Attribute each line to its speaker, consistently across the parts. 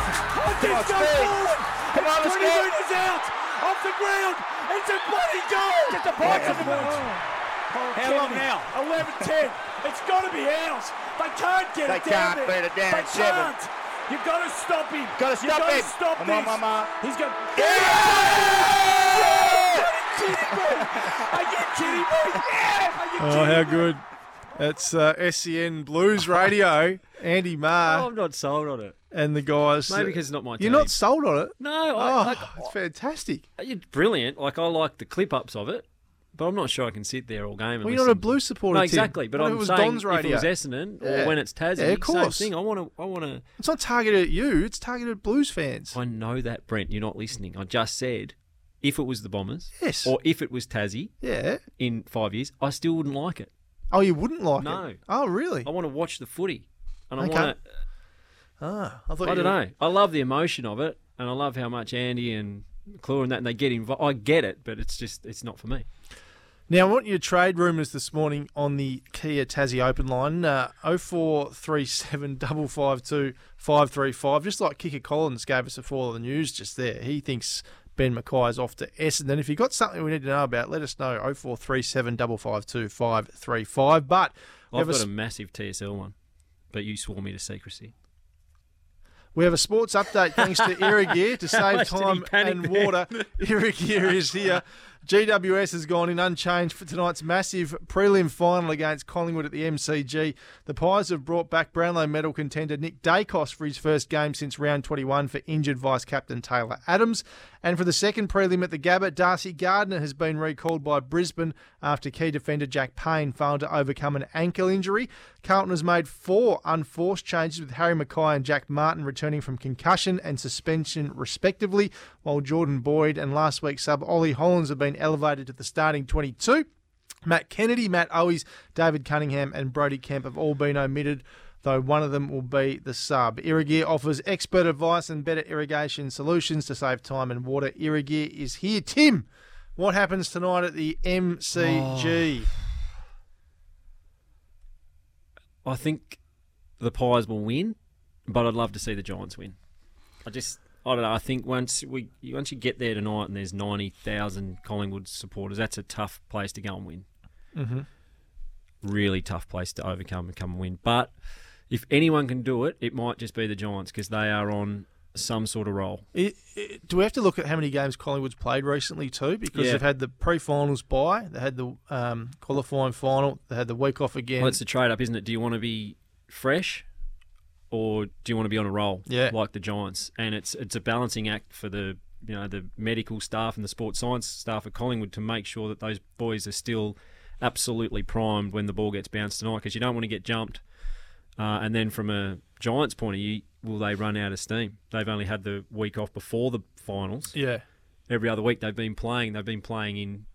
Speaker 1: Come on,
Speaker 2: It's no
Speaker 1: speed.
Speaker 2: goal.
Speaker 1: Come on, let's
Speaker 2: 20
Speaker 1: go.
Speaker 2: metres out, off the ground. It's a bloody goal.
Speaker 1: Just a point for the moment.
Speaker 2: How
Speaker 1: long now?
Speaker 2: 11 10. It's got to be ours. They can't get
Speaker 1: They
Speaker 2: it down.
Speaker 1: can't
Speaker 2: there.
Speaker 1: beat it down
Speaker 2: They
Speaker 1: at seven.
Speaker 2: can't. You've got to stop him.
Speaker 1: Gotta
Speaker 2: You've
Speaker 1: stop
Speaker 2: got
Speaker 1: him.
Speaker 2: to stop
Speaker 1: I'm
Speaker 2: this.
Speaker 1: on my mark.
Speaker 2: He's got.
Speaker 1: Yeah!
Speaker 2: Are you kidding me? Are you kidding me? Yeah. Are you
Speaker 3: Oh,
Speaker 2: kidding
Speaker 3: how
Speaker 2: me?
Speaker 3: good. That's uh, SEN Blues Radio, Andy
Speaker 4: Oh,
Speaker 3: Marr
Speaker 4: I'm not sold on it.
Speaker 3: and the guys.
Speaker 4: Maybe because it's not my
Speaker 3: You're
Speaker 4: team.
Speaker 3: not sold on it?
Speaker 4: No,
Speaker 3: Oh,
Speaker 4: I, like,
Speaker 3: it's fantastic.
Speaker 4: it's Uh, brilliant. Like I like the clip ups of it, but I'm not sure I can sit there all game. And
Speaker 3: Well, you're
Speaker 4: listen.
Speaker 3: not a Blue supporter,
Speaker 4: No,
Speaker 3: Tim.
Speaker 4: exactly. But
Speaker 3: What if
Speaker 4: I'm
Speaker 3: it was
Speaker 4: saying
Speaker 3: Don's radio.
Speaker 4: if it was Essendon
Speaker 3: Yeah.
Speaker 4: or when it's Tassie,
Speaker 3: Yeah, of course.
Speaker 4: same thing. I want to. I want to.
Speaker 3: It's not targeted at you. It's targeted at Blues fans.
Speaker 4: I know that Brent, you're not listening. I just said, if it was the Bombers,
Speaker 3: Yes.
Speaker 4: or if it was Tassie
Speaker 3: Yeah.
Speaker 4: in five years, I still wouldn't like it.
Speaker 3: Oh, you wouldn't like
Speaker 4: No.
Speaker 3: it? Oh, really?
Speaker 4: I want to watch the footy, and I
Speaker 3: Okay.
Speaker 4: want to.
Speaker 3: Ah, I, thought
Speaker 4: I don't
Speaker 3: you
Speaker 4: know. I love the emotion of it, and I love how much Andy and McClure and that and they get involved. I get it, but it's just it's not for me.
Speaker 3: Now, I want your trade rumours this morning on the Kia Tassie open line uh, 0437 552 535. Just like Kicker Collins gave us before the news just there, he thinks Ben Mackay is off to Essendon. If you've got something we need to know about, let us know 0437 552 535. But we
Speaker 4: I've
Speaker 3: have, a,
Speaker 4: got a
Speaker 3: s-
Speaker 4: massive TSL one, but you swore me to secrecy.
Speaker 3: we have a sports update thanks to Irrigear to save
Speaker 4: much did he
Speaker 3: time
Speaker 4: panic
Speaker 3: and
Speaker 4: there?
Speaker 3: water. Irrigear is here. GWS has gone in unchanged for tonight's massive prelim final against Collingwood at the MCG. The Pies have brought back Brownlow medal contender Nick Dacos for his first game since round 21 for injured vice captain Taylor Adams. And for the second prelim at the Gabba, Darcy Gardner has been recalled by Brisbane after key defender Jack Payne failed to overcome an ankle injury. Carlton has made four unforced changes with Harry Mackay and Jack Martin returning from concussion and suspension respectively, while Jordan Boyd and last week's sub Ollie Hollins have been elevated to the starting 22. Matt Kennedy, Matt Owies, David Cunningham, and Brody Kemp have all been omitted, though one of them will be the sub. Irrigear offers expert advice and better irrigation solutions to save time and water. Irrigear is here. Tim, what happens tonight at the MCG?
Speaker 4: Oh. I think the Pies will win, but I'd love to see the Giants win. I just, I don't know. I think once we, once you get there tonight and there's ninety thousand Collingwood supporters, that's a tough place to go and win. Mm-hmm. Really tough place to overcome and come and win. But if anyone can do it, it might just be the Giants because they are on some sort of roll.
Speaker 3: It- it- do we have to look at how many games Collingwood's played recently too? Because
Speaker 4: Yeah.
Speaker 3: they've had the pre-finals bye, they had the um, qualifying final, they had the week off again.
Speaker 4: Well, it's a trade up, isn't it? Do you want to be fresh or do you want to be on a roll
Speaker 3: Yeah.
Speaker 4: like the Giants? And it's it's a balancing act for the you know the medical staff and the sports science staff at Collingwood to make sure that those boys are still absolutely primed when the ball gets bounced tonight because you don't want to get jumped. Uh, and then from a Giants point of view, will they run out of steam? They've only had the week off before the finals.
Speaker 3: yeah,
Speaker 4: Every other week they've been playing. They've been playing in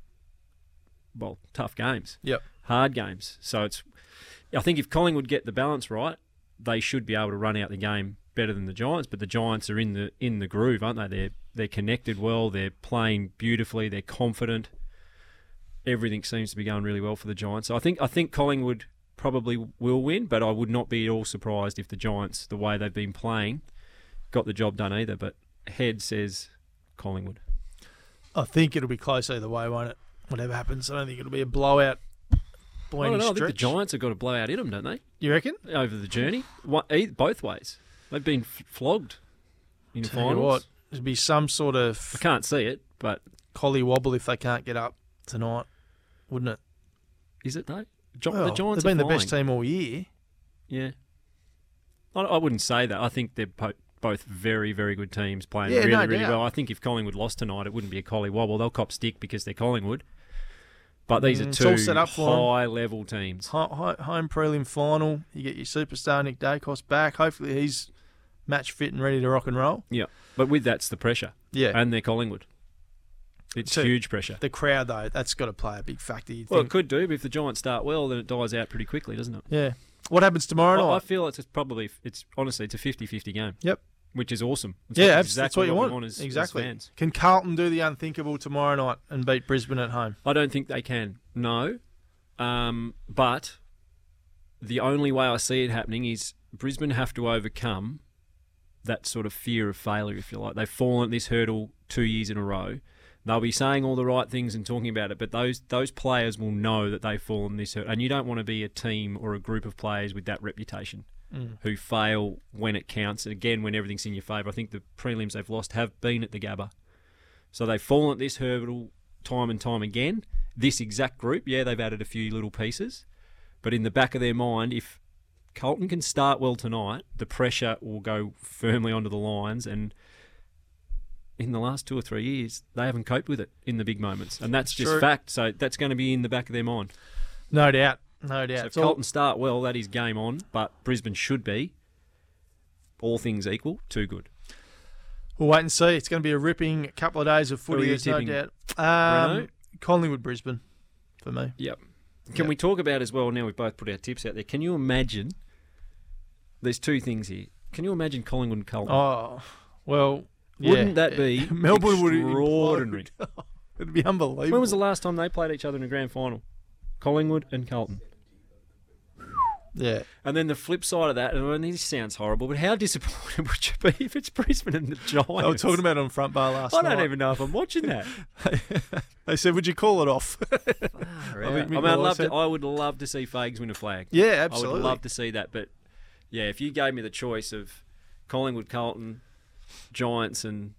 Speaker 4: well tough games
Speaker 3: yep.
Speaker 4: hard games. So it's, I think if Collingwood get the balance right, they should be able to run out the game better than the Giants. But the Giants are in the in the groove, aren't they? They're they're connected well. They're playing beautifully. They're confident. Everything seems to be going really well for the Giants. So I think I think Collingwood probably will win, but I would not be at all surprised if the Giants, the way they've been playing, got the job done either. But head says Collingwood.
Speaker 3: I think it'll be close either way, won't it? Whatever happens, I don't think it'll be a blowout. by
Speaker 4: I don't
Speaker 3: any
Speaker 4: know. I think the
Speaker 3: stretch.
Speaker 4: Giants have got a blowout in them, don't they?
Speaker 3: You reckon?
Speaker 4: over the journey, One, e- both ways. They've been f- flogged in the
Speaker 3: Tell you
Speaker 4: finals.
Speaker 3: what, it'd be some sort
Speaker 4: I
Speaker 3: of
Speaker 4: can't see it, but
Speaker 3: collie wobble if they can't get up tonight, wouldn't it?
Speaker 4: is it though? Gi-
Speaker 3: Well,
Speaker 4: the Giants
Speaker 3: they've been
Speaker 4: are
Speaker 3: the best
Speaker 4: flying.
Speaker 3: team all year.
Speaker 4: Yeah, I, I wouldn't say that. I think they're po- both very, very good teams playing
Speaker 3: Yeah,
Speaker 4: really,
Speaker 3: no
Speaker 4: really
Speaker 3: doubt.
Speaker 4: well. I think if Collingwood lost tonight, it wouldn't be a collie wobble. They'll cop stick because they're Collingwood. But these
Speaker 3: Mm,
Speaker 4: are
Speaker 3: it's
Speaker 4: two
Speaker 3: all set up for 'em.
Speaker 4: high-level teams.
Speaker 3: Hi- hi- Home prelim final, you get your superstar Nick Dacos back. Hopefully he's match fit and ready to rock and roll.
Speaker 4: Yeah, but with that's the pressure,
Speaker 3: Yeah,
Speaker 4: and they're Collingwood. It's
Speaker 3: Two.
Speaker 4: huge pressure.
Speaker 3: the crowd though, that's got to play a big factor. You'd
Speaker 4: Well, it
Speaker 3: think.
Speaker 4: could do, but if the Giants start well, then it dies out pretty quickly, doesn't it?
Speaker 3: yeah. What happens
Speaker 4: I,
Speaker 3: tomorrow
Speaker 4: I
Speaker 3: night?
Speaker 4: feel it's probably it's honestly it's a 50-50 game.
Speaker 3: Yep.
Speaker 4: Which is awesome. It's exactly
Speaker 3: yeah, abs- that's what you
Speaker 4: we
Speaker 3: want.
Speaker 4: as- as
Speaker 3: exactly.
Speaker 4: fans.
Speaker 3: Can Carlton do the unthinkable tomorrow night and beat Brisbane at home?
Speaker 4: I don't think they can. No. Um, but the only way I see it happening is Brisbane have to overcome that sort of fear of failure, if you like. They've fallen at this hurdle two years in a row. They'll be saying all the right things and talking about it, but those those players will know that they've fallen this hurdle. And you don't want to be a team or a group of players with that reputation who fail when it counts. And again, when everything's in your favour. I think the prelims they've lost have been at the Gabba. So they've fallen at this hurdle time and time again. This exact group, yeah, they've added a few little pieces, but in the back of their mind, if Colton can start well tonight, the pressure will go firmly onto the lines. And in the last two or three years, they haven't coped with it in the big moments, and that's just
Speaker 3: True.
Speaker 4: fact. So that's going to be in the back of their mind.
Speaker 3: No doubt. No doubt.
Speaker 4: So if
Speaker 3: It's all-
Speaker 4: Colton start well, that is game on. But Brisbane should be, all things equal, too good.
Speaker 3: We'll wait and see. It's going to be a ripping couple of days of
Speaker 4: are
Speaker 3: footy.
Speaker 4: you
Speaker 3: There's no
Speaker 4: tipping,
Speaker 3: doubt.
Speaker 4: Renault?
Speaker 3: Um, Collingwood, Brisbane, for me.
Speaker 4: Yep. Can we talk about as well? Now we've both put our tips out there. Can you imagine? There's two things here. Can you imagine Collingwood and Colton?
Speaker 3: Oh well,
Speaker 4: Wouldn't
Speaker 3: yeah.
Speaker 4: that be
Speaker 3: Melbourne would
Speaker 4: extraordinary?
Speaker 3: It'd be unbelievable.
Speaker 4: When was the last time they played each other in a grand final? Collingwood and Colton.
Speaker 3: yeah.
Speaker 4: And then the flip side of that, and I mean, this sounds horrible, but how disappointed would you be if it's Brisbane and the Giants?
Speaker 3: They were talking about it on front bar last
Speaker 4: I
Speaker 3: night.
Speaker 4: don't even know if I'm watching that.
Speaker 3: They said, "Would you call it off?"
Speaker 4: I
Speaker 3: think
Speaker 4: mean,
Speaker 3: Mick
Speaker 4: I'd
Speaker 3: Wallace
Speaker 4: love to,
Speaker 3: said-
Speaker 4: I would love to see Fags win a flag.
Speaker 3: yeah,
Speaker 4: I
Speaker 3: absolutely.
Speaker 4: would love to see that. But yeah, if you gave me the choice of Collingwood, Carlton, Giants, and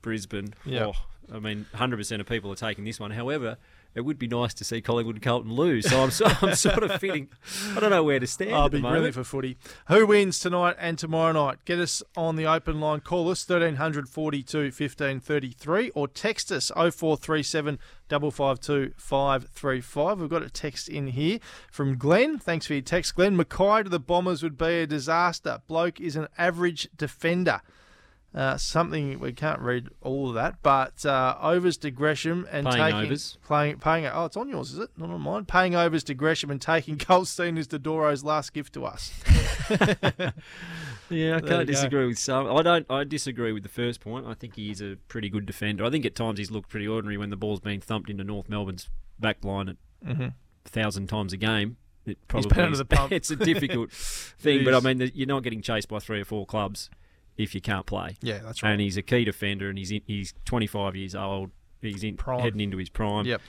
Speaker 4: Brisbane,
Speaker 3: Yeah.
Speaker 4: oh, I mean, hundred percent of people are taking this one. However, it would be nice to see Collingwood and Carlton lose. So I'm, so, I'm sort of feeling, I don't know where to stand.
Speaker 3: I'll
Speaker 4: at the
Speaker 3: be
Speaker 4: moment.
Speaker 3: brilliant for footy. Who wins tonight and tomorrow night? Get us on the open line. Call us 1342 1533 or text us 0437 552 535. We've got a text in here from Glenn. Thanks for your text, Glenn. Mackay to the Bombers would be a disaster. Bloke is an average defender. Uh, something we can't read all of that, but uh, overs to Gresham and
Speaker 4: Paying
Speaker 3: taking
Speaker 4: overs.
Speaker 3: playing paying. Oh, it's on yours, is it? Not on mine. Paying overs to Gresham and taking Goldstein is Dodoro's last gift to us.
Speaker 4: Yeah, I
Speaker 3: you
Speaker 4: can't
Speaker 3: go.
Speaker 4: disagree with some. I don't. I disagree with the first point. I think he is a pretty good defender. I think at times he's looked pretty ordinary when the ball's been thumped into North Melbourne's back line at thousand times a game. It probably
Speaker 3: been under
Speaker 4: is-
Speaker 3: the pump.
Speaker 4: It's a difficult thing, but I
Speaker 3: is.
Speaker 4: mean, the- you're not getting chased by three or four clubs if you can't play.
Speaker 3: Yeah, that's
Speaker 4: And he's a key defender, and he's in, he's 25 years old. He's in,
Speaker 3: Prime.
Speaker 4: heading into his prime.
Speaker 3: Yep,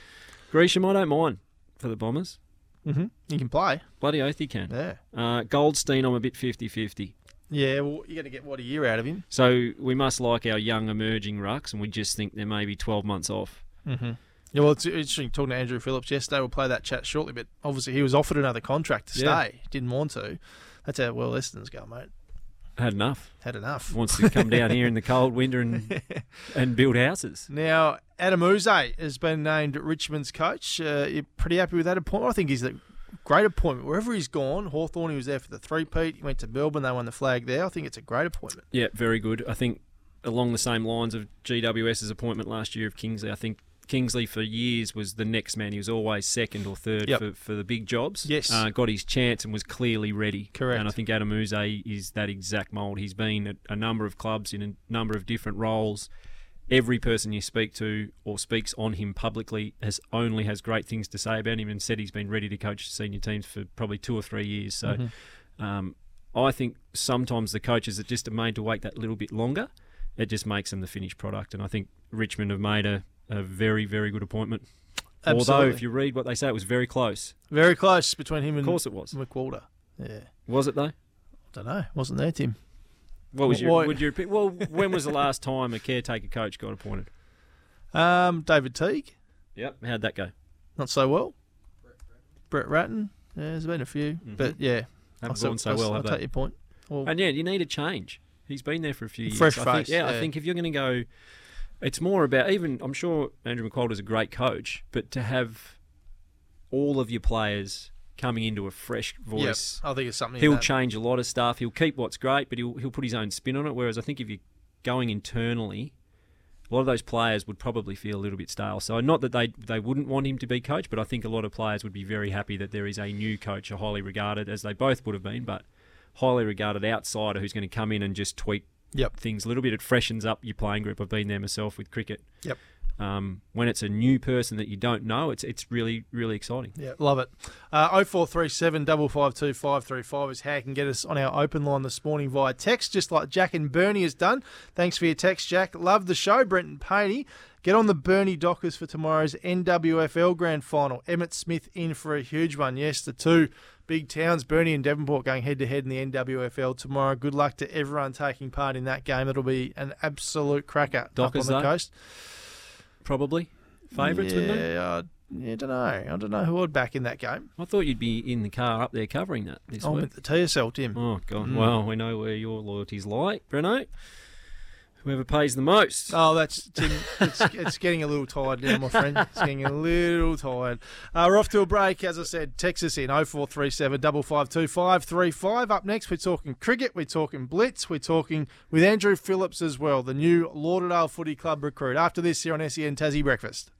Speaker 4: Gresham, I don't mind for the Bombers.
Speaker 3: you can play.
Speaker 4: Bloody oath he can.
Speaker 3: Yeah,
Speaker 4: Uh, Goldstein, I'm a bit 50-50.
Speaker 3: yeah. Well, you're going to get what a year out of him.
Speaker 4: So we must like our young emerging rucks, and we just think they're maybe 12 months off.
Speaker 3: Yeah, well, it's interesting talking to Andrew Phillips yesterday. We'll play that chat shortly, but obviously he was offered another contract to
Speaker 4: Yeah.
Speaker 3: stay. Didn't want to. That's how well Essendon's go, mate.
Speaker 4: Had enough.
Speaker 3: Had enough.
Speaker 4: Wants to come down here in the cold winter and and build houses.
Speaker 3: Now, Adam Uze has been named Richmond's coach. Uh, you're pretty happy with that appointment. I think he's a great appointment. Wherever he's gone, Hawthorn, he was there for the three-peat. He went to Melbourne, they won the flag there. I think it's a great appointment.
Speaker 4: Yeah, very good. I think along the same lines of GWS's appointment last year of Kingsley, I think Kingsley for years was the next man. He was always second or third
Speaker 3: Yep.
Speaker 4: for, for the big jobs.
Speaker 3: Yes.
Speaker 4: Uh, got his chance and was clearly ready.
Speaker 3: Correct.
Speaker 4: And I think Adam Uze is that exact mould. He's been at a number of clubs in a number of different roles. Every person you speak to or speaks on him publicly has only has great things to say about him and said he's been ready to coach senior teams for probably two or three years. So
Speaker 3: Mm-hmm.
Speaker 4: um, I think sometimes the coaches are just made to wait that little bit longer. It just makes them the finished product. And I think Richmond have made a, a very, very good appointment. Although,
Speaker 3: Absolutely.
Speaker 4: if you read what they say, it was very close.
Speaker 3: Very close between him and
Speaker 4: Of course it was.
Speaker 3: McWalder. Yeah, I
Speaker 4: Was it, though?
Speaker 3: don't know. Wasn't there, Tim?
Speaker 4: What was your,
Speaker 3: Why-
Speaker 4: would your opi- Well, when was the last time a caretaker coach got appointed?
Speaker 3: Um, David Teague,
Speaker 4: Yep. How'd that go?
Speaker 3: not so well. Brett Ratton. Yeah, there's been a few, but yeah,
Speaker 4: Mm-hmm. Haven't
Speaker 3: I'll-
Speaker 4: gone so
Speaker 3: I'll-
Speaker 4: well,
Speaker 3: I'll
Speaker 4: have
Speaker 3: take
Speaker 4: they?
Speaker 3: your point. Well,
Speaker 4: And yeah, you need a change. He's been there for a few years.
Speaker 3: Fresh
Speaker 4: I think,
Speaker 3: face,
Speaker 4: yeah, I
Speaker 3: yeah.
Speaker 4: think if you're going to go, it's more about even. I'm sure Andrew McWalder's a great coach, but to have all of your players coming into a fresh
Speaker 3: yeah,
Speaker 4: voice,
Speaker 3: I think it's something.
Speaker 4: he'll
Speaker 3: that-
Speaker 4: change a lot of stuff. He'll keep what's great, but he'll he'll put his own spin on it. Whereas I think if you're going internally. A lot of those players would probably feel a little bit stale. So, not that they they wouldn't want him to be coach, but I think a lot of players would be very happy that there is a new coach, a highly regarded, as they both would have been, but highly regarded outsider who's going to come in and just tweak
Speaker 3: Yep.
Speaker 4: things a little bit. It freshens up your playing group. I've been there myself with cricket.
Speaker 3: Yep.
Speaker 4: um, when it's a new person that you don't know, it's it's really really exciting.
Speaker 3: Yeah, love it. Uh, 0437 552 535 is how you can get us on our open line this morning via text, just like Jack and Bernie has done. Thanks for your text, Jack. Love the show, Brenton Paney. Get on the Bernie Dockers for tomorrow's NWFL Grand Final. Emmett Smith in for a huge one. Yes, the two big towns, Bernie and Devonport, going head to head in the NWFL tomorrow. Good luck to everyone taking part in that game. It'll be an absolute cracker
Speaker 4: Dockers,
Speaker 3: up on the
Speaker 4: though?
Speaker 3: coast.
Speaker 4: Probably favourites, wouldn't they?
Speaker 3: yeah, I, yeah, don't know. I don't know who would back in that game.
Speaker 4: I thought you'd be in the car up there covering that this
Speaker 3: I'm
Speaker 4: week.
Speaker 3: at Oh, the TSL, Tim.
Speaker 4: Oh god, well we know where your loyalties lie, Breno. Whoever pays the most.
Speaker 3: Oh, that's Tim. It's, it's getting a little tired now, my friend. It's getting a little tired. Uh, we're off to a break. As I said, text us in 0437 552 535. Up next, we're talking cricket, we're talking blitz, we're talking with Andrew Phillips as well, the new Lauderdale Footy Club recruit. After this, here on SEN Tassie E Breakfast.